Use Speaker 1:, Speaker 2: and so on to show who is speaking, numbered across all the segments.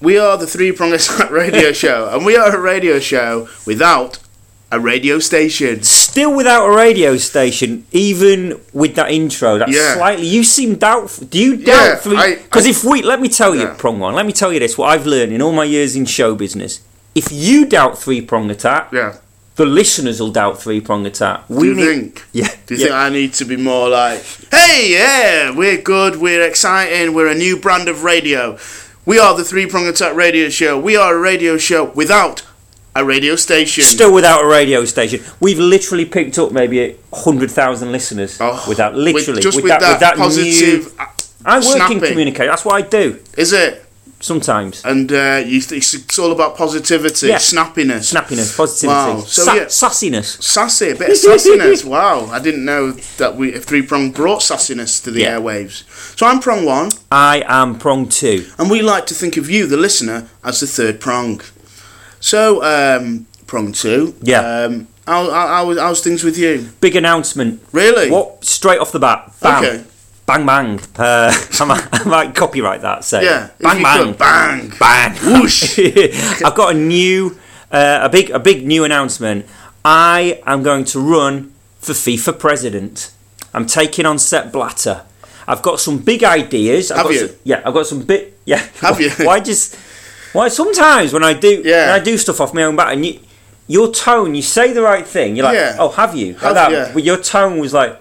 Speaker 1: We are the Three Prong Attack radio show, and we are a radio show without a radio station.
Speaker 2: Still without a radio station, even with that intro, that's
Speaker 1: Yeah.
Speaker 2: slightly. You seem doubtful. Do you
Speaker 1: Yeah,
Speaker 2: doubtfully?
Speaker 1: I-
Speaker 2: Because if we, let me tell you,
Speaker 1: Yeah.
Speaker 2: prong one. Let me tell you this: what I've learned in all my years in show business. If you doubt three prong attack,
Speaker 1: Yeah.
Speaker 2: the listeners will doubt three prong attack.
Speaker 1: Do
Speaker 2: We
Speaker 1: you
Speaker 2: need,
Speaker 1: think?
Speaker 2: yeah,
Speaker 1: Do you
Speaker 2: yeah.
Speaker 1: think I need to be more like, hey, yeah, we're good, we're exciting, we're a new brand of radio. We are the Three Prong Attack radio show. We are a radio show without a radio station.
Speaker 2: Still without a radio station. We've literally picked up maybe hundred thousand listeners
Speaker 1: Oh,
Speaker 2: without
Speaker 1: with-
Speaker 2: literally
Speaker 1: just
Speaker 2: with,
Speaker 1: with
Speaker 2: that, with that
Speaker 1: positive.
Speaker 2: New, I work in
Speaker 1: snapping.
Speaker 2: communication. That's what I do
Speaker 1: Is it?
Speaker 2: sometimes.
Speaker 1: And uh, you th- it's, it's all about positivity,
Speaker 2: Yeah.
Speaker 1: snappiness,
Speaker 2: Snappiness, positivity,
Speaker 1: Wow. So,
Speaker 2: sa-
Speaker 1: yeah.
Speaker 2: sassiness.
Speaker 1: sassy, a bit of sassiness. wow, I didn't know that we Three Prong brought sassiness to the
Speaker 2: Yeah.
Speaker 1: airwaves. So I'm prong one,
Speaker 2: I am prong two.
Speaker 1: and we like to think of you, the listener, as the third prong. So um, prong two.
Speaker 2: Yeah.
Speaker 1: Um, how, how, how was- how's things with you?
Speaker 2: Big announcement.
Speaker 1: Really?
Speaker 2: What? Straight off the bat. Bam.
Speaker 1: Okay.
Speaker 2: Bang bang. Uh, I, might, I might copyright that. So
Speaker 1: Yeah. if
Speaker 2: Bang
Speaker 1: you
Speaker 2: bang.
Speaker 1: could, bang.
Speaker 2: Bang.
Speaker 1: Whoosh.
Speaker 2: I've got a new, uh, a big, a big new announcement. I am going to run for FIFA president. I'm taking on Sepp Blatter. I've got some big ideas. I've
Speaker 1: Have
Speaker 2: got
Speaker 1: you?
Speaker 2: Some, yeah, I've got some bit. Yeah.
Speaker 1: Have you?
Speaker 2: Why just? Why sometimes when I do,
Speaker 1: Yeah.
Speaker 2: when I do stuff off my own bat, and you, your tone, you say the right thing. You're like,
Speaker 1: Yeah.
Speaker 2: oh, have you? Like
Speaker 1: Have-
Speaker 2: that.
Speaker 1: yeah.
Speaker 2: But your tone was like,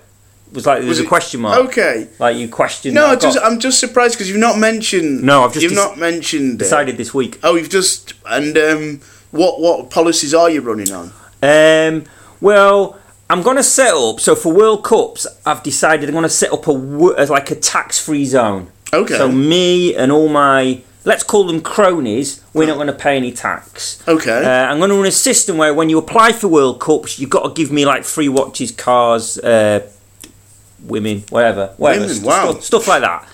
Speaker 2: was like there was,
Speaker 1: Was
Speaker 2: a
Speaker 1: it-
Speaker 2: question mark.
Speaker 1: Okay.
Speaker 2: Like you questioned.
Speaker 1: No,
Speaker 2: that
Speaker 1: I
Speaker 2: I've got-
Speaker 1: just, I'm just surprised because you've not mentioned.
Speaker 2: No, I've just
Speaker 1: You've
Speaker 2: dec-
Speaker 1: not mentioned it.
Speaker 2: decided this week.
Speaker 1: Oh, you've just and um, what what policies are you running on?
Speaker 2: Um, well, I'm going to set up. So for World Cups, I've decided I'm going to set up a wo- as like a tax-free zone.
Speaker 1: Okay.
Speaker 2: So me and all my let's call them cronies, we're not going to pay any tax.
Speaker 1: Okay.
Speaker 2: Uh, I'm going to run a system where when you apply for World Cups, you've got to give me like free watches, cars, uh, women, whatever, whatever,
Speaker 1: Women,
Speaker 2: st-
Speaker 1: wow.
Speaker 2: stuff, stuff like that.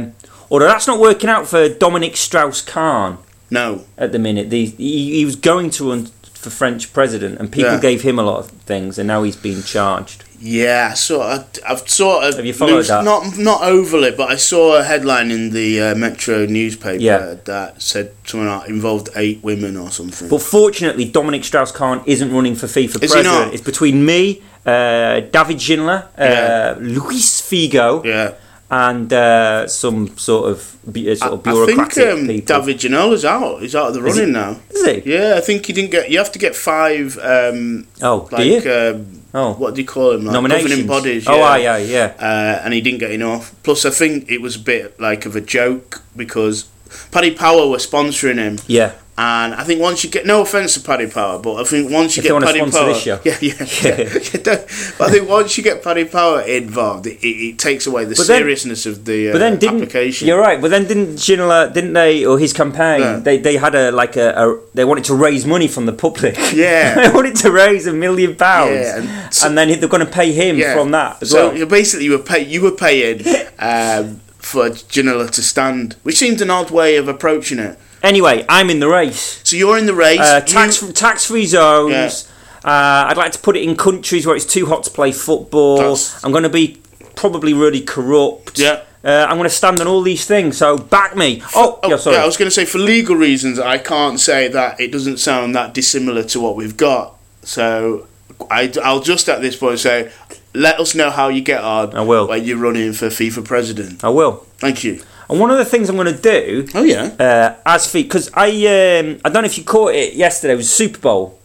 Speaker 2: Um, although that's not working out for Dominic Strauss-Kahn
Speaker 1: no.
Speaker 2: at the minute. The, he, he was going to run for French president, and people
Speaker 1: Yeah.
Speaker 2: gave him a lot of things, and now he's being charged.
Speaker 1: Yeah, so I, I've sort of
Speaker 2: Have you followed that?
Speaker 1: not not overly, but I saw a headline in the uh, Metro newspaper
Speaker 2: Yeah.
Speaker 1: that said something like involved eight women or something.
Speaker 2: But fortunately, Dominic Strauss Kahn isn't running for FIFA
Speaker 1: Is he
Speaker 2: president.
Speaker 1: not?
Speaker 2: It's between me, uh, David Schindler, uh,
Speaker 1: Yeah.
Speaker 2: Luis Figo,
Speaker 1: yeah,
Speaker 2: and uh, some sort of, bu- uh, sort of
Speaker 1: I
Speaker 2: bureaucratic
Speaker 1: think um,
Speaker 2: people.
Speaker 1: David Janela's out. He's out of the
Speaker 2: Is he-
Speaker 1: running now.
Speaker 2: Is he?
Speaker 1: Yeah, I think he didn't get. You have to get five. Um,
Speaker 2: Oh, do
Speaker 1: like
Speaker 2: you?
Speaker 1: um,
Speaker 2: Oh.
Speaker 1: what do you call them? Like
Speaker 2: Nominations.
Speaker 1: Governing bodies.
Speaker 2: Oh,
Speaker 1: yeah.
Speaker 2: aye, aye, yeah.
Speaker 1: uh, and he didn't get enough. Plus, I think it was a bit like of a joke because Paddy Power were sponsoring him,
Speaker 2: Yeah.
Speaker 1: and I think once you get no offense to Paddy Power, but I think once you
Speaker 2: If they
Speaker 1: get
Speaker 2: wanna
Speaker 1: Paddy
Speaker 2: sponsor
Speaker 1: Power,
Speaker 2: this show.
Speaker 1: yeah, yeah, yeah. You don't- but I think once you get Paddy Power involved, it, it, it takes away the
Speaker 2: But then-
Speaker 1: seriousness of the uh,
Speaker 2: But then didn't
Speaker 1: application.
Speaker 2: you're right? But then didn't Ginola, didn't they or his campaign?
Speaker 1: Yeah.
Speaker 2: They they had a like a, a they wanted to raise money from the public.
Speaker 1: Yeah.
Speaker 2: they wanted to raise a million pounds,
Speaker 1: Yeah, and
Speaker 2: and,
Speaker 1: so-
Speaker 2: then they're going to pay him
Speaker 1: Yeah.
Speaker 2: from that as
Speaker 1: so
Speaker 2: well.
Speaker 1: you basically you were pay you were paying um, for Janela to stand, which seemed an odd way of approaching it.
Speaker 2: Anyway, I'm in the race.
Speaker 1: So you're in the race.
Speaker 2: Uh,
Speaker 1: you-
Speaker 2: tax tax free zones.
Speaker 1: Yeah.
Speaker 2: Uh, I'd like to put it in countries where it's too hot to play football.
Speaker 1: That's-
Speaker 2: I'm going to be probably really corrupt.
Speaker 1: Yeah.
Speaker 2: Uh, I'm going to stand on all these things. So back me. Oh,
Speaker 1: Oh,
Speaker 2: yeah,
Speaker 1: yeah,
Speaker 2: sorry.
Speaker 1: I was going to say for legal reasons, I can't say that it doesn't sound that dissimilar to what we've got. So I, will just at this point say, let us know how you get on.
Speaker 2: I will.
Speaker 1: When you're running for FIFA president.
Speaker 2: I will.
Speaker 1: Thank you.
Speaker 2: And one of the things I'm going to do
Speaker 1: Oh yeah.
Speaker 2: uh, as feet because I um, I don't know if you caught it yesterday. It was Super Bowl.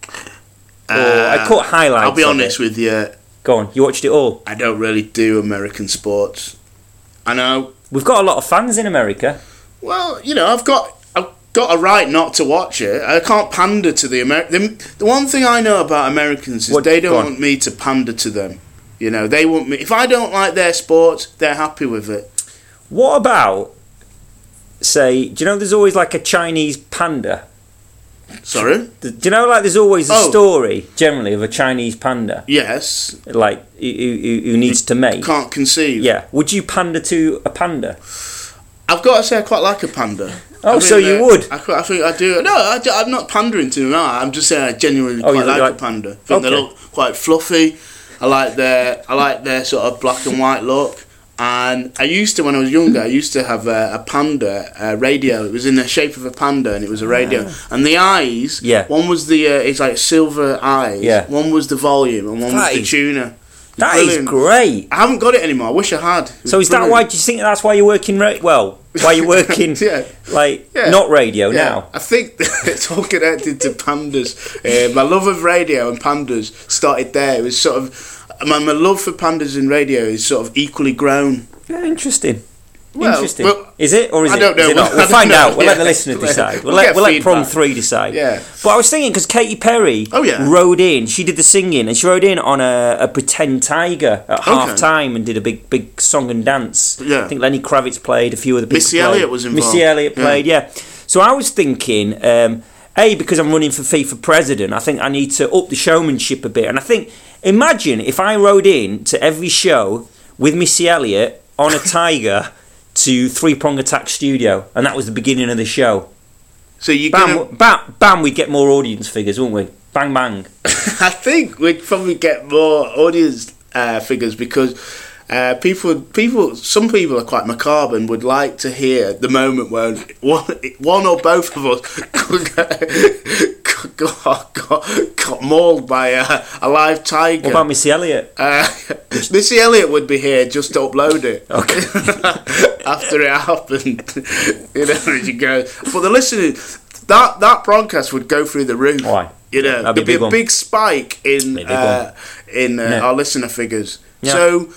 Speaker 2: Or Uh, I caught highlights.
Speaker 1: Uh, I'll be
Speaker 2: of
Speaker 1: honest
Speaker 2: It.
Speaker 1: with you.
Speaker 2: Go on, you watched it all.
Speaker 1: I don't really do American sports. I know.
Speaker 2: We've got a lot of fans in America.
Speaker 1: Well, you know, I've got I've got a right not to watch it. I can't pander to the Amer. The, the one thing I know about Americans is
Speaker 2: What-
Speaker 1: they
Speaker 2: go
Speaker 1: don't
Speaker 2: on.
Speaker 1: want me to pander to them. You know, they want me. If I don't like their sports, they're happy with it.
Speaker 2: What about say? Do you know there's always like a Chinese panda?
Speaker 1: Sorry.
Speaker 2: Th- Do you know like there's always a
Speaker 1: Oh.
Speaker 2: story generally of a Chinese panda
Speaker 1: Yes.
Speaker 2: like who, who, who needs to mate?
Speaker 1: Can't conceive.
Speaker 2: Yeah. Would you pander to a panda?
Speaker 1: I've got to say, I quite like a panda.
Speaker 2: Oh,
Speaker 1: I uh,
Speaker 2: so you would?
Speaker 1: I, quite, I think I do. No, I, am not pandering to them. No, I'm just saying I genuinely
Speaker 2: Oh, you
Speaker 1: quite like,
Speaker 2: like-
Speaker 1: a panda. I think they
Speaker 2: Okay.
Speaker 1: look quite fluffy. I like their I like their sort of black and white look. And I used to, when I was younger, I used to have a, a panda a radio. It was in the shape of a panda, and it was a radio. And the eyes,
Speaker 2: Ah. Yeah.
Speaker 1: one was the uh, it's like silver eyes.
Speaker 2: Yeah.
Speaker 1: one was the volume, and one
Speaker 2: That
Speaker 1: was the
Speaker 2: is-
Speaker 1: tuner. It's
Speaker 2: That is
Speaker 1: brilliant.
Speaker 2: great.
Speaker 1: I haven't got it anymore. I wish I had. It was
Speaker 2: So is that
Speaker 1: brilliant.
Speaker 2: why? Do you think that's why you're working? Ra- well, why you're working?
Speaker 1: Yeah.
Speaker 2: Like
Speaker 1: Yeah.
Speaker 2: not radio
Speaker 1: Yeah,
Speaker 2: now.
Speaker 1: I think that it's all connected to pandas. Uh, my love of radio and pandas started there. It was sort of my, my love for pandas and radio is sort of equally grown.
Speaker 2: Yeah, interesting.
Speaker 1: Well,
Speaker 2: interesting.
Speaker 1: well,
Speaker 2: is it or is
Speaker 1: I
Speaker 2: it?
Speaker 1: don't
Speaker 2: is
Speaker 1: know.
Speaker 2: it not?
Speaker 1: I
Speaker 2: We'll
Speaker 1: don't
Speaker 2: find
Speaker 1: know.
Speaker 2: out. We'll let the
Speaker 1: Yeah.
Speaker 2: listener
Speaker 1: We'll
Speaker 2: decide. We'll,
Speaker 1: get
Speaker 2: let, we'll let prom
Speaker 1: feedback.
Speaker 2: three decide.
Speaker 1: Yeah.
Speaker 2: But I was thinking because Katy Perry.
Speaker 1: Oh, yeah.
Speaker 2: Rode in. She did the singing and she rode in on a, a pretend tiger at half time and did a big big song and dance.
Speaker 1: Yeah.
Speaker 2: I think Lenny Kravitz played. A few other people.
Speaker 1: Missy
Speaker 2: played.
Speaker 1: Elliott was involved.
Speaker 2: Missy Elliott
Speaker 1: Yeah.
Speaker 2: played. Yeah. So I was thinking. Um, a because I'm running for FIFA president, I think I need to up the showmanship a bit. And I think imagine if I rode in to every show with Missy Elliott on a tiger to Three Prong Attack Studio, and that was the beginning of the show.
Speaker 1: So you
Speaker 2: Bam,
Speaker 1: can.
Speaker 2: bam, bam, we'd get more audience figures, wouldn't we? Bang, bang.
Speaker 1: I think we'd probably get more audience uh, figures because uh, people, people, some people are quite macabre and would like to hear the moment where one, one or both of us got, got, got, got mauled by a, a live tiger.
Speaker 2: What about Missy Elliott?
Speaker 1: Uh, Missy Elliott would be here just to upload it.
Speaker 2: Okay.
Speaker 1: After it happened, you know, as you go. But the listening, that that broadcast would go through the roof.
Speaker 2: Why?
Speaker 1: You know,
Speaker 2: That'd
Speaker 1: there'd
Speaker 2: be
Speaker 1: be,
Speaker 2: a big
Speaker 1: a
Speaker 2: one.
Speaker 1: big spike in
Speaker 2: Be a big
Speaker 1: uh, in uh,
Speaker 2: Yeah.
Speaker 1: our listener figures.
Speaker 2: Yeah.
Speaker 1: So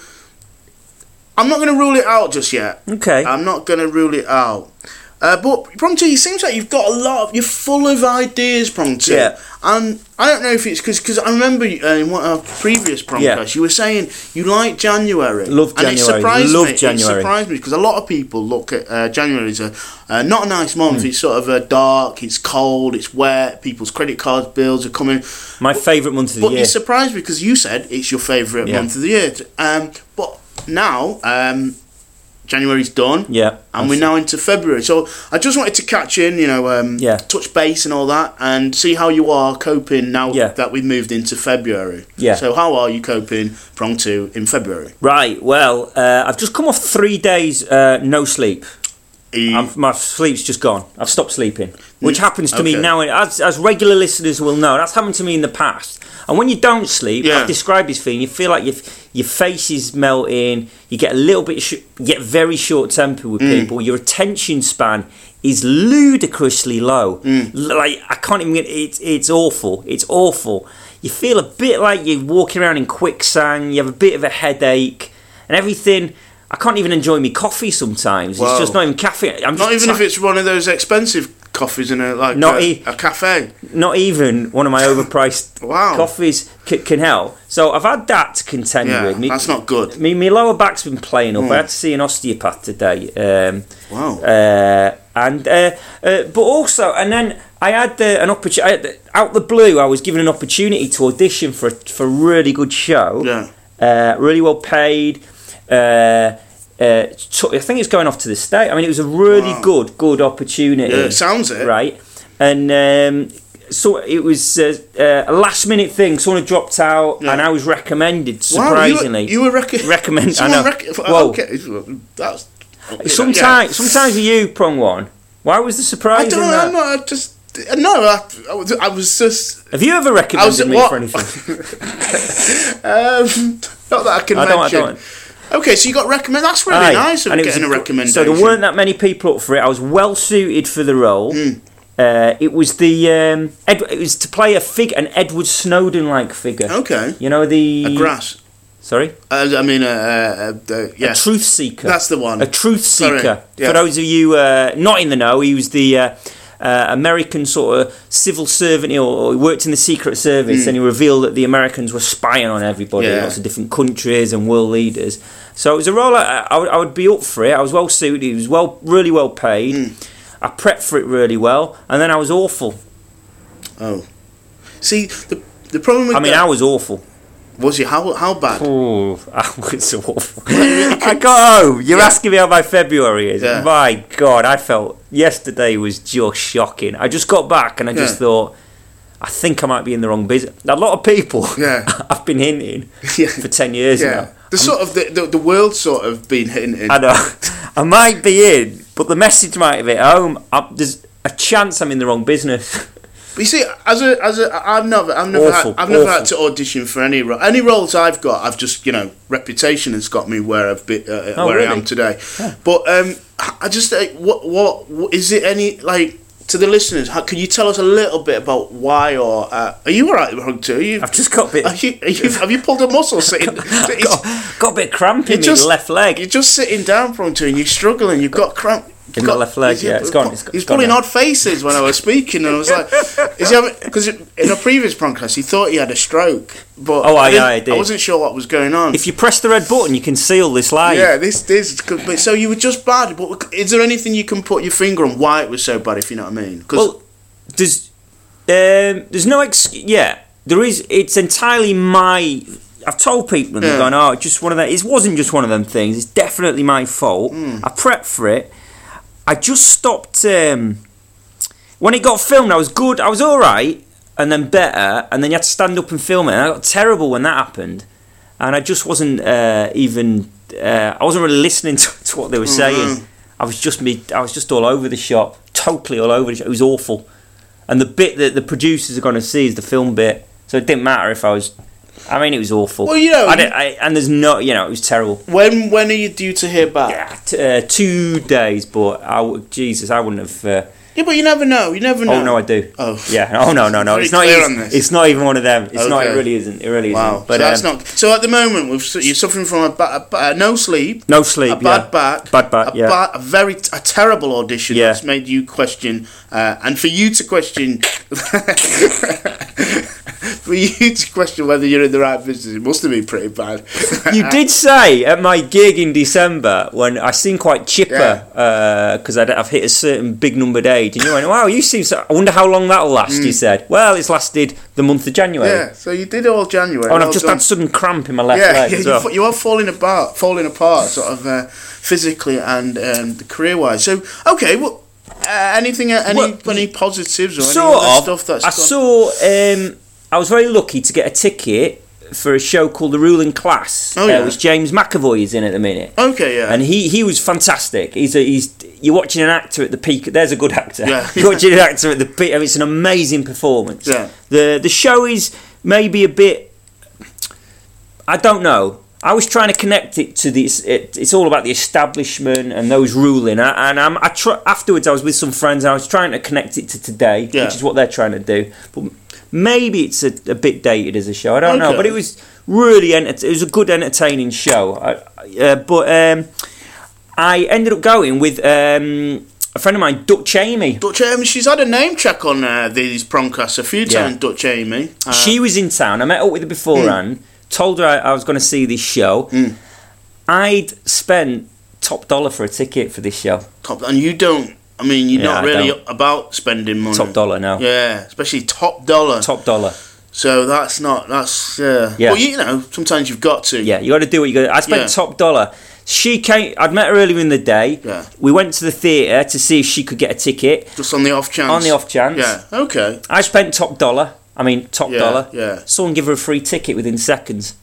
Speaker 1: I'm not going to rule it out just yet.
Speaker 2: Okay.
Speaker 1: I'm not going to rule it out. Uh, but Prong Two, it seems like you've got a lot of you're full of ideas, Prong Two.
Speaker 2: Yeah.
Speaker 1: And I don't know if it's because I remember uh, in one of our previous Prong
Speaker 2: Yeah.
Speaker 1: you were saying you like January.
Speaker 2: Love
Speaker 1: And it
Speaker 2: January.
Speaker 1: surprised
Speaker 2: Love
Speaker 1: me.
Speaker 2: January.
Speaker 1: It surprised me because a lot of people look at uh, January as a uh, not a nice month.
Speaker 2: Hmm.
Speaker 1: It's sort of uh, dark. It's cold. It's wet. People's credit card bills are coming.
Speaker 2: My favourite month of the
Speaker 1: But
Speaker 2: year.
Speaker 1: you surprised me because you said it's your favourite
Speaker 2: Yeah.
Speaker 1: month of the year. Um, but now um, January's done,
Speaker 2: yeah.
Speaker 1: and we're now into February. So I just wanted to catch in, you know, um,
Speaker 2: Yeah.
Speaker 1: touch base and all that, and see how you are coping now
Speaker 2: Yeah.
Speaker 1: that we've moved into February.
Speaker 2: Yeah.
Speaker 1: So how are you coping prong two in February?
Speaker 2: Right, well, uh, I've just come off three days uh, no sleep. I'm,
Speaker 1: Um,
Speaker 2: my sleep's just gone. I've stopped sleeping, which happens to me
Speaker 1: Mm. okay.
Speaker 2: now. As, as regular listeners will know, that's happened to me in the past. And when you don't sleep,
Speaker 1: Yeah.
Speaker 2: I've described this thing. You feel like your your face is melting. You get a little bit, sh- you get very short tempered with
Speaker 1: Mm.
Speaker 2: people. Your attention span is ludicrously low.
Speaker 1: Mm.
Speaker 2: L- Like I can't even. get It's it's awful. It's awful. You feel a bit like you're walking around in quicksand. You have a bit of a headache and everything. I can't even enjoy my coffee sometimes. It's
Speaker 1: Wow.
Speaker 2: just not even caffeine. I'm
Speaker 1: Not
Speaker 2: just
Speaker 1: even if
Speaker 2: ti-
Speaker 1: it's one of those expensive coffees in a like
Speaker 2: Not
Speaker 1: a,
Speaker 2: e-
Speaker 1: a cafe.
Speaker 2: not even one of my overpriced
Speaker 1: Wow.
Speaker 2: coffees c- can help. So I've had that to contend
Speaker 1: Yeah,
Speaker 2: with. Me,
Speaker 1: that's Hmm. not good.
Speaker 2: me, my lower back's been playing up. I had to see an osteopath today. Um,
Speaker 1: Wow.
Speaker 2: Uh, and uh, uh, but also, and then I had the, an opportunity out the blue. I was given an opportunity to audition for a, for a really good show.
Speaker 1: Yeah.
Speaker 2: Uh, really well paid. Uh, uh, t- I think it's going off to the state. I mean, it was a really
Speaker 1: Wow.
Speaker 2: good, good opportunity.
Speaker 1: Yeah, it sounds it.
Speaker 2: Right. And um, so it was uh, uh, a last minute thing. Someone had dropped out,
Speaker 1: Yeah.
Speaker 2: and I was
Speaker 1: Wow,
Speaker 2: recommended,
Speaker 1: you were-
Speaker 2: surprisingly.
Speaker 1: you were, rec-
Speaker 2: Recommend- I
Speaker 1: Someone
Speaker 2: know.
Speaker 1: rec-
Speaker 2: Whoa.
Speaker 1: okay, that's
Speaker 2: sometimes, sometimes with you, prong one. Why was the surprise?
Speaker 1: I don't
Speaker 2: in
Speaker 1: know.
Speaker 2: that?
Speaker 1: I'm not. I just no. I, I was. I was just.
Speaker 2: Have you ever
Speaker 1: I was
Speaker 2: recommended
Speaker 1: at
Speaker 2: me
Speaker 1: what?
Speaker 2: for anything?
Speaker 1: Um, not that I can
Speaker 2: I don't- I
Speaker 1: mention.
Speaker 2: don't.
Speaker 1: Okay, so you got recommend. That's really
Speaker 2: Aye,
Speaker 1: nice of
Speaker 2: and it was
Speaker 1: getting a,
Speaker 2: gr-
Speaker 1: recommendation.
Speaker 2: So there weren't that many people up for it. I was well suited for the role.
Speaker 1: Hmm.
Speaker 2: Uh, it was the um, Ed, it was to play a fig an Edward Snowden like figure.
Speaker 1: Okay.
Speaker 2: You know the
Speaker 1: Oh. A grass.
Speaker 2: sorry
Speaker 1: Uh, I mean, uh, uh, uh, yeah.
Speaker 2: a truth seeker.
Speaker 1: That's the one.
Speaker 2: A truth
Speaker 1: Sorry,
Speaker 2: seeker.
Speaker 1: yeah.
Speaker 2: For those of you uh, not in the know, he was the uh, uh, American sort of civil servant, or, or he worked in the Secret Service, and he revealed that the Americans were spying on everybody,
Speaker 1: Hmm. Yeah.
Speaker 2: lots of different countries and world leaders. So it was a role I, I, would- I would be up for it. I was well suited. It was well, really well paid.
Speaker 1: Hmm.
Speaker 2: I prepped for it really well, and then I was awful.
Speaker 1: oh, see the the problem with
Speaker 2: I mean,
Speaker 1: that
Speaker 2: I was awful.
Speaker 1: was you how how bad?
Speaker 2: Oh, I was awful. I got home. You're asking me how my February is.
Speaker 1: Yeah.
Speaker 2: My God, I felt yesterday was just shocking. I just got back and I just
Speaker 1: Yeah.
Speaker 2: thought, I think I might be in the wrong business. A lot of people
Speaker 1: Yeah.
Speaker 2: I've been hinting
Speaker 1: Yeah.
Speaker 2: for 10 years
Speaker 1: yeah.
Speaker 2: now.
Speaker 1: The sort of the, the the world sort of been hinting.
Speaker 2: I know. I might be in, but the message might be at home. I, there's a chance I'm in the wrong business.
Speaker 1: But you see, as a as a, I've never I've never
Speaker 2: Awful,
Speaker 1: had, I've never
Speaker 2: awful.
Speaker 1: had to audition for any role. Any roles I've got, I've just you know reputation has got me where I've been, uh,
Speaker 2: Oh,
Speaker 1: where I
Speaker 2: really?
Speaker 1: am today. But um, I I just like, what, what what is it any like to the listeners? How, can you tell us a little bit about why or uh, are you all right, Hug? Too? Are you,
Speaker 2: I've just got a bit,
Speaker 1: are you, are you have you pulled a muscle sitting?
Speaker 2: got, got a bit cramp in
Speaker 1: you're
Speaker 2: my
Speaker 1: just-
Speaker 2: left leg.
Speaker 1: You're just sitting down for two and you're struggling. You've got cramp.
Speaker 2: In
Speaker 1: you've
Speaker 2: my
Speaker 1: got-
Speaker 2: left leg,
Speaker 1: he's-
Speaker 2: yeah, it's gone, it's go-
Speaker 1: he's
Speaker 2: it's gone
Speaker 1: pulling
Speaker 2: now.
Speaker 1: odd faces when I was speaking, and I was like, "Is he Because in a previous podcast, he thought he had a stroke, but
Speaker 2: Oh, I-
Speaker 1: didn't-
Speaker 2: I did.
Speaker 1: I wasn't sure what was going on.
Speaker 2: If you press the red button, you can seal this live.
Speaker 1: yeah, this this. But so you were just bad. But is there anything you can put your finger on why it was so bad? If you know what I mean? 'Cause-
Speaker 2: Well, there's um, there's no ex. Yeah, there is. It's entirely my. I've told people and they've
Speaker 1: Yeah.
Speaker 2: gone, oh, it's just one of them. It wasn't just one of them things. It's definitely my fault. I prepped for it. I just stopped. Um, when it got filmed, I was good. I was all right, and then better, and then you had to stand up and film it. And I got terrible when that happened, and I just wasn't uh, even. Uh, I wasn't really listening to, to what they were saying. I was just me. I was just all over the shop, totally all over the shop. It was awful, and the bit that the producers are going to see is the film bit. So it didn't matter if I was. I mean, it was awful.
Speaker 1: Well, you know,
Speaker 2: I
Speaker 1: you-
Speaker 2: didn't- I, and there's no, you know, it was terrible.
Speaker 1: when when are you due to hear back?
Speaker 2: Yeah, t- uh, two days, but I, w- Jesus, I wouldn't have. Uh,
Speaker 1: Yeah, but you never know. You never know.
Speaker 2: Oh no, I do.
Speaker 1: Oh.
Speaker 2: yeah. Oh no, no, no.
Speaker 1: Very
Speaker 2: It's not.
Speaker 1: clear
Speaker 2: Even,
Speaker 1: on this.
Speaker 2: It's not even one of them. It's not. It
Speaker 1: Okay.
Speaker 2: really isn't. It really
Speaker 1: Wow.
Speaker 2: isn't.
Speaker 1: But so that's
Speaker 2: um,
Speaker 1: not. So at the moment, we've, you're suffering from a, ba- a, ba- no sleep.
Speaker 2: no sleep.
Speaker 1: a bad
Speaker 2: yeah.
Speaker 1: back,
Speaker 2: Bad back.
Speaker 1: a,
Speaker 2: yeah.
Speaker 1: ba- a very a terrible audition
Speaker 2: Yeah.
Speaker 1: that's made you question, uh, and for you to question, for you to question whether you're in the right business, it must have been pretty bad.
Speaker 2: you did say at my gig in December when I seemed quite chipper because I'd I've hit a certain big numbered age, and you went, "Wow, you seem so." I wonder how long that'll last. You said, "Well, it's lasted the month of January."
Speaker 1: Mm. yeah. So you did all January.
Speaker 2: Oh, and I've
Speaker 1: well
Speaker 2: just
Speaker 1: done.
Speaker 2: had sudden cramp in my left
Speaker 1: yeah,
Speaker 2: leg
Speaker 1: yeah
Speaker 2: as
Speaker 1: you,
Speaker 2: well.
Speaker 1: fa- you are falling apart, falling apart, sort of uh, physically and um, career-wise. So, okay, well, uh, anything, uh, any,
Speaker 2: Well,
Speaker 1: any positives or
Speaker 2: sort
Speaker 1: any other
Speaker 2: of.
Speaker 1: stuff that's
Speaker 2: I
Speaker 1: gone-
Speaker 2: saw. Um, I was very lucky to get a ticket for a show called The Ruling Class,
Speaker 1: Oh,
Speaker 2: uh,
Speaker 1: yeah.
Speaker 2: which James McAvoy is in at the minute.
Speaker 1: Okay, yeah,
Speaker 2: And he, he was fantastic. He's a, he's you're watching an actor at the peak. There's a good actor.
Speaker 1: Yeah.
Speaker 2: you're watching an actor at the peak. I mean, it's an amazing performance.
Speaker 1: Yeah.
Speaker 2: The the show is maybe a bit. I don't know. I was trying to connect it to this. It, it's all about the establishment and those ruling. I, and I'm, I tr- afterwards, I was with some friends. And I was trying to connect it to today,
Speaker 1: Yeah.
Speaker 2: which is what they're trying to do. But maybe it's a, a bit dated as a show. I don't know.
Speaker 1: Okay.
Speaker 2: But it was really enter- it was a good, entertaining show. I, I- uh, but um, I ended up going with um, a friend of mine, Dutch Amy.
Speaker 1: Dutch Amy, she's had a name check on uh, these promcasts a few
Speaker 2: Yeah.
Speaker 1: times. Dutch Amy, uh,
Speaker 2: she was in town. I met up with her
Speaker 1: Hmm.
Speaker 2: beforehand. Told her I, I was going to see this show. I'd spent top dollar for a ticket for this show.
Speaker 1: top, and you don't. I mean, you're
Speaker 2: Yeah,
Speaker 1: not
Speaker 2: I
Speaker 1: really
Speaker 2: don't.
Speaker 1: about spending money.
Speaker 2: Top dollar now.
Speaker 1: Hmm. Yeah, especially top dollar.
Speaker 2: Top dollar.
Speaker 1: So that's not that's yeah.
Speaker 2: Yeah.
Speaker 1: Well, you know, sometimes you've got to.
Speaker 2: Yeah, you got to do what you got. to I spent
Speaker 1: Yeah.
Speaker 2: top dollar. She came. I'd met her earlier in the day.
Speaker 1: Yeah.
Speaker 2: We went to the theatre to see if she could get a ticket.
Speaker 1: Just on the off chance.
Speaker 2: On the off chance.
Speaker 1: Yeah. Okay.
Speaker 2: I spent top dollar. I mean, top
Speaker 1: Yeah,
Speaker 2: dollar.
Speaker 1: yeah.
Speaker 2: Someone give her a free ticket within seconds.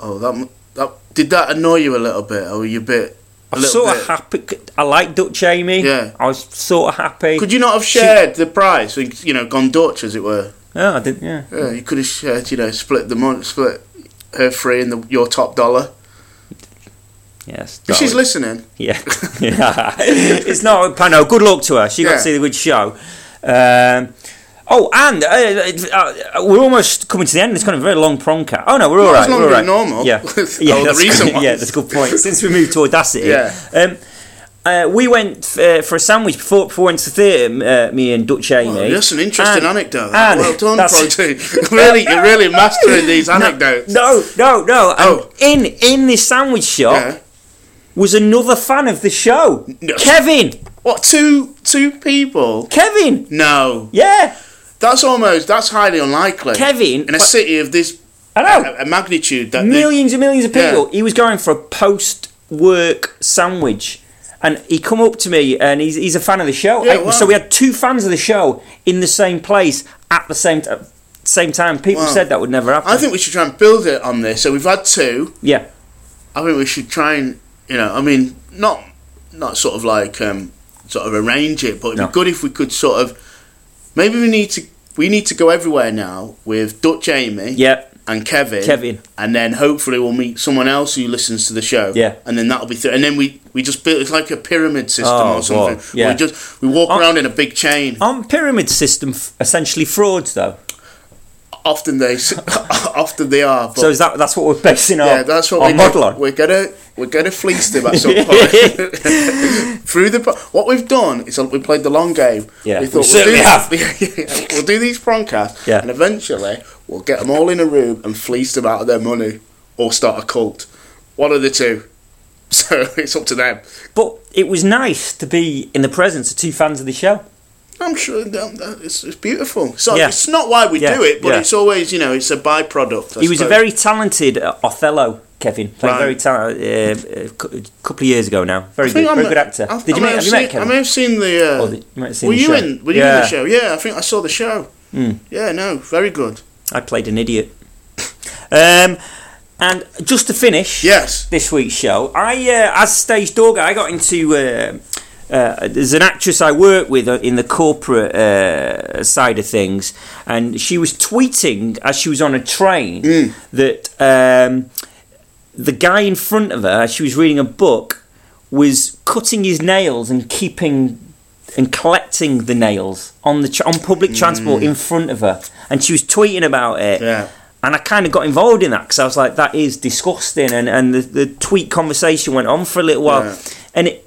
Speaker 1: Oh, that m- that did that annoy you a little bit? Or were you a bit? A
Speaker 2: I'm
Speaker 1: little
Speaker 2: sort of
Speaker 1: bit.
Speaker 2: happy. I like Dutch Amy.
Speaker 1: Yeah.
Speaker 2: I was sort of happy.
Speaker 1: Could you not have shared the price? and, You know, gone Dutch as it were.
Speaker 2: Yeah, I didn't. Yeah.
Speaker 1: Yeah, you could have shared. You know, split the money, split her free and the, your top dollar.
Speaker 2: Yes.
Speaker 1: If
Speaker 2: that
Speaker 1: she's
Speaker 2: was-
Speaker 1: listening.
Speaker 2: yeah. yeah. it's not. No. Good luck to her. She got
Speaker 1: Yeah.
Speaker 2: to see the good show. Um, oh, and uh, it- uh, we're almost coming to the end. It's kind of a very long prong cat. Oh no, we're all
Speaker 1: Not as
Speaker 2: right.
Speaker 1: long
Speaker 2: we're all
Speaker 1: as
Speaker 2: right.
Speaker 1: normal.
Speaker 2: Yeah.
Speaker 1: Oh,
Speaker 2: yeah.
Speaker 1: the
Speaker 2: that's
Speaker 1: recent
Speaker 2: good. Yeah,
Speaker 1: ones.
Speaker 2: that's a good point. Since we moved to Audacity.
Speaker 1: Yeah.
Speaker 2: Um, uh, we went uh, for a sandwich before, before we went to the theatre, uh, me and Dutch Amy.
Speaker 1: Well, that's an interesting
Speaker 2: And-
Speaker 1: anecdote.
Speaker 2: and-
Speaker 1: well done, Pro
Speaker 2: that's-
Speaker 1: Team. really, you're really mastering these anecdotes.
Speaker 2: No, no, no.
Speaker 1: Oh.
Speaker 2: And in in this sandwich shop
Speaker 1: Yeah.
Speaker 2: was another fan of the show,
Speaker 1: No.
Speaker 2: Kevin.
Speaker 1: What two two people?
Speaker 2: Kevin.
Speaker 1: No,
Speaker 2: Yeah,
Speaker 1: that's almost that's highly unlikely.
Speaker 2: Kevin.
Speaker 1: in a city of this
Speaker 2: I know.
Speaker 1: a magnitude that they-
Speaker 2: Millions and millions of
Speaker 1: Yeah.
Speaker 2: people. He was going for a post-work sandwich, and he come up to me, and he's, he's a fan of the show.
Speaker 1: Yeah,
Speaker 2: I-
Speaker 1: wow.
Speaker 2: So we had two fans of the show in the same place at the same t- same time. People
Speaker 1: Wow.
Speaker 2: said that would never happen.
Speaker 1: I think we should try and build it on this. So we've had two.
Speaker 2: yeah,
Speaker 1: I think we should try and you know, I mean, not not sort of like um, sort of arrange it, but it'd
Speaker 2: No.
Speaker 1: be good if we could sort of maybe we need to we need to go everywhere now with Dutch Amy
Speaker 2: yeah,
Speaker 1: and Kevin,
Speaker 2: Kevin.
Speaker 1: and then hopefully we'll meet someone else who listens to the show.
Speaker 2: Yeah.
Speaker 1: and then that'll be th- and then we we just build it's like a pyramid system
Speaker 2: Oh,
Speaker 1: or something.
Speaker 2: God,
Speaker 1: where
Speaker 2: yeah.
Speaker 1: we just we walk
Speaker 2: Oh.
Speaker 1: around in a big chain.
Speaker 2: Aren't pyramid system f- essentially frauds though?
Speaker 1: Often they s- often they are. But
Speaker 2: so is that that's what we're basing our,
Speaker 1: yeah, that's what
Speaker 2: our
Speaker 1: we
Speaker 2: model
Speaker 1: do.
Speaker 2: on?
Speaker 1: We're gonna we're gonna fleece them at some point through the. pro- What we've done is uh, we played the long game.
Speaker 2: Yeah, we
Speaker 1: we'll
Speaker 2: certainly
Speaker 1: do,
Speaker 2: have.
Speaker 1: Yeah, yeah, yeah. we'll do these podcasts,
Speaker 2: Yeah.
Speaker 1: and eventually we'll get them all in a room and fleece them out of their money, or start a cult. One of the two. So it's up to them.
Speaker 2: But it was nice to be in the presence of two fans of the show.
Speaker 1: I'm sure that- that- it's, it's beautiful. So
Speaker 2: Yeah.
Speaker 1: it's not why we
Speaker 2: Yeah,
Speaker 1: do it, but
Speaker 2: yeah.
Speaker 1: it's always you know it's a byproduct. I
Speaker 2: he was a
Speaker 1: suppose.
Speaker 2: very talented uh, Othello, Kevin. Played
Speaker 1: Right.
Speaker 2: very talented uh, a couple of years ago now. Very
Speaker 1: I think
Speaker 2: good,
Speaker 1: I
Speaker 2: very
Speaker 1: may-
Speaker 2: good actor.
Speaker 1: I- I
Speaker 2: Did you
Speaker 1: may
Speaker 2: meet,
Speaker 1: have
Speaker 2: have you
Speaker 1: seen-
Speaker 2: met Kevin?
Speaker 1: I may have seen the. Uh,
Speaker 2: Oh, the- you might have seen
Speaker 1: were
Speaker 2: the
Speaker 1: you
Speaker 2: show.
Speaker 1: in? Were you
Speaker 2: yeah.
Speaker 1: in the show? Yeah, I think I saw the show.
Speaker 2: Mm.
Speaker 1: Yeah, no, very good.
Speaker 2: I played an idiot. Um, and just to finish
Speaker 1: Yes.
Speaker 2: this week's show, I uh, as stage door guy, I got into. Uh, uh, there's an actress I work with uh, in the corporate uh, side of things, and she was tweeting as she was on a train that um, the guy in front of her, she was reading a book, was cutting his nails and keeping and collecting the nails on the tr on public transport in front of her, and she was tweeting about it.
Speaker 1: Yeah.
Speaker 2: And I kind of got involved in that because I was like, "That is disgusting," and and the, the tweet conversation went on for a little while,
Speaker 1: Yeah.
Speaker 2: and it.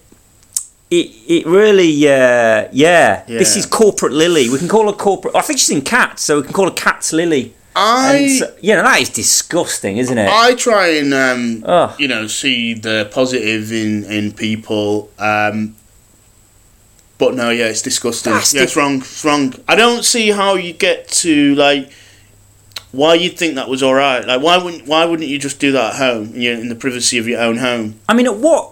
Speaker 2: It, it really uh, yeah this
Speaker 1: Yeah.
Speaker 2: is corporate Lily we can call her corporate I think she's in Cats so we can call her Cats Lily and uh,
Speaker 1: I
Speaker 2: so, you know that is disgusting isn't it
Speaker 1: I try and um,
Speaker 2: Ugh.
Speaker 1: you know see the positive in in people. Um, but no, yeah, it's disgusting.
Speaker 2: Bastard.
Speaker 1: Yeah, it's wrong. It's wrong. I don't see how you get to like why you think that was all right. Like why wouldn't why wouldn't you just do that at home? You know, in the privacy of your own home.
Speaker 2: I mean, at what,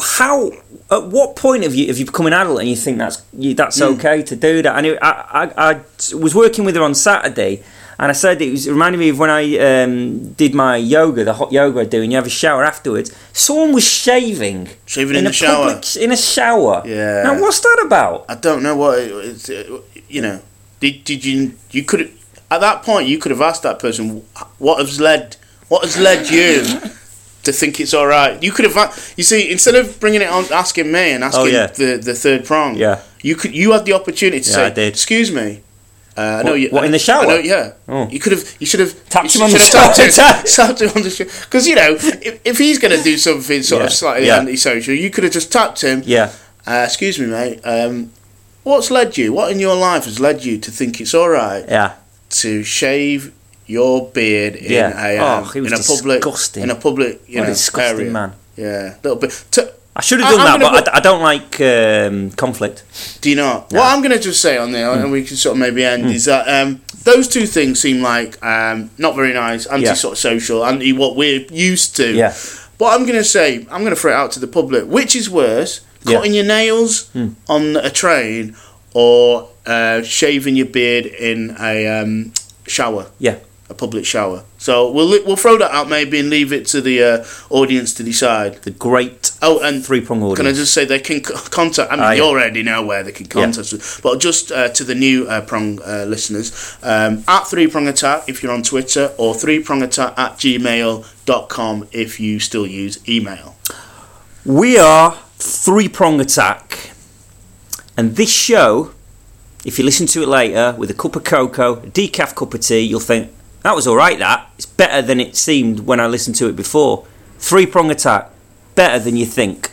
Speaker 2: how, at what point have you have you become an adult and you think that's you, that's
Speaker 1: Mm.
Speaker 2: okay to do that? And it, I, I, I was working with her on Saturday, and I said it was it reminded me of when I um, did my yoga, the hot yoga I do, and you have a shower afterwards. Someone was shaving
Speaker 1: Shaving in, the
Speaker 2: a
Speaker 1: shower.
Speaker 2: public- in a shower.
Speaker 1: Yeah.
Speaker 2: Now what's that about?
Speaker 1: I don't know what it, it's. uh you know, did did you you could at that point you could have asked that person what has led what has led you to think it's all right. You could have a- you see instead of bringing it on asking me and asking
Speaker 2: Oh, yeah.
Speaker 1: the the third prong.
Speaker 2: Yeah.
Speaker 1: you could you had the opportunity to
Speaker 2: Yeah,
Speaker 1: say,
Speaker 2: I did.
Speaker 1: "Excuse me." Uh, I know
Speaker 2: What-
Speaker 1: you.
Speaker 2: what,
Speaker 1: I-
Speaker 2: in the shower?
Speaker 1: I know, yeah.
Speaker 2: Oh.
Speaker 1: You could have. You should have
Speaker 2: Tapped
Speaker 1: you
Speaker 2: him on the
Speaker 1: should have
Speaker 2: shoulder.
Speaker 1: tapped him- tapped him on the shoulder. Because you know, if, if he's going to do something sort of
Speaker 2: Yeah.
Speaker 1: slightly
Speaker 2: Yeah.
Speaker 1: antisocial, you could have just tapped him.
Speaker 2: Yeah,
Speaker 1: Uh, excuse me, mate. Um, what's led you? What in your life has led you to think it's all right
Speaker 2: yeah.
Speaker 1: to shave your beard in
Speaker 2: Yeah.
Speaker 1: a
Speaker 2: Oh,
Speaker 1: um,
Speaker 2: he was
Speaker 1: in a public
Speaker 2: disgusting.
Speaker 1: in a public you
Speaker 2: what
Speaker 1: know
Speaker 2: a disgusting
Speaker 1: area?
Speaker 2: man.
Speaker 1: Yeah, little bit. T-
Speaker 2: I should
Speaker 1: I-
Speaker 2: have done
Speaker 1: I'm
Speaker 2: that,
Speaker 1: gonna
Speaker 2: but I, I don't like um, conflict.
Speaker 1: do you not? What I'm going to just say on there,
Speaker 2: Mm.
Speaker 1: and we can sort of maybe end, is that um, those two things seem like um, not very nice, anti
Speaker 2: Yeah.
Speaker 1: sort of social, anti what we're used to.
Speaker 2: Yeah.
Speaker 1: What I'm going to say, I'm going to throw it out to the public. Which is worse,
Speaker 2: Yeah. Hmm.
Speaker 1: cutting your nails on a train or uh, shaving your beard in a um, shower?
Speaker 2: Yeah.
Speaker 1: A public shower. So we'll li- we'll throw that out maybe and leave it to the uh, audience to decide.
Speaker 2: The great
Speaker 1: Oh, and
Speaker 2: three prong
Speaker 1: can I
Speaker 2: audience.
Speaker 1: just say they can c- contact? I mean,
Speaker 2: Ah,
Speaker 1: you
Speaker 2: yeah.
Speaker 1: already know where they can contact us, but just uh, to the new uh, prong uh, listeners, um, at three prong attack if you're on Twitter, or three prong attack at gmail.com if you still use email.
Speaker 2: We are Three Prong Attack, and this show, if you listen to it later with a cup of cocoa, a decaf cup of tea, you'll think that was all right. That it's better than it seemed when I listened to it before. Three Prong Attack, better than you think.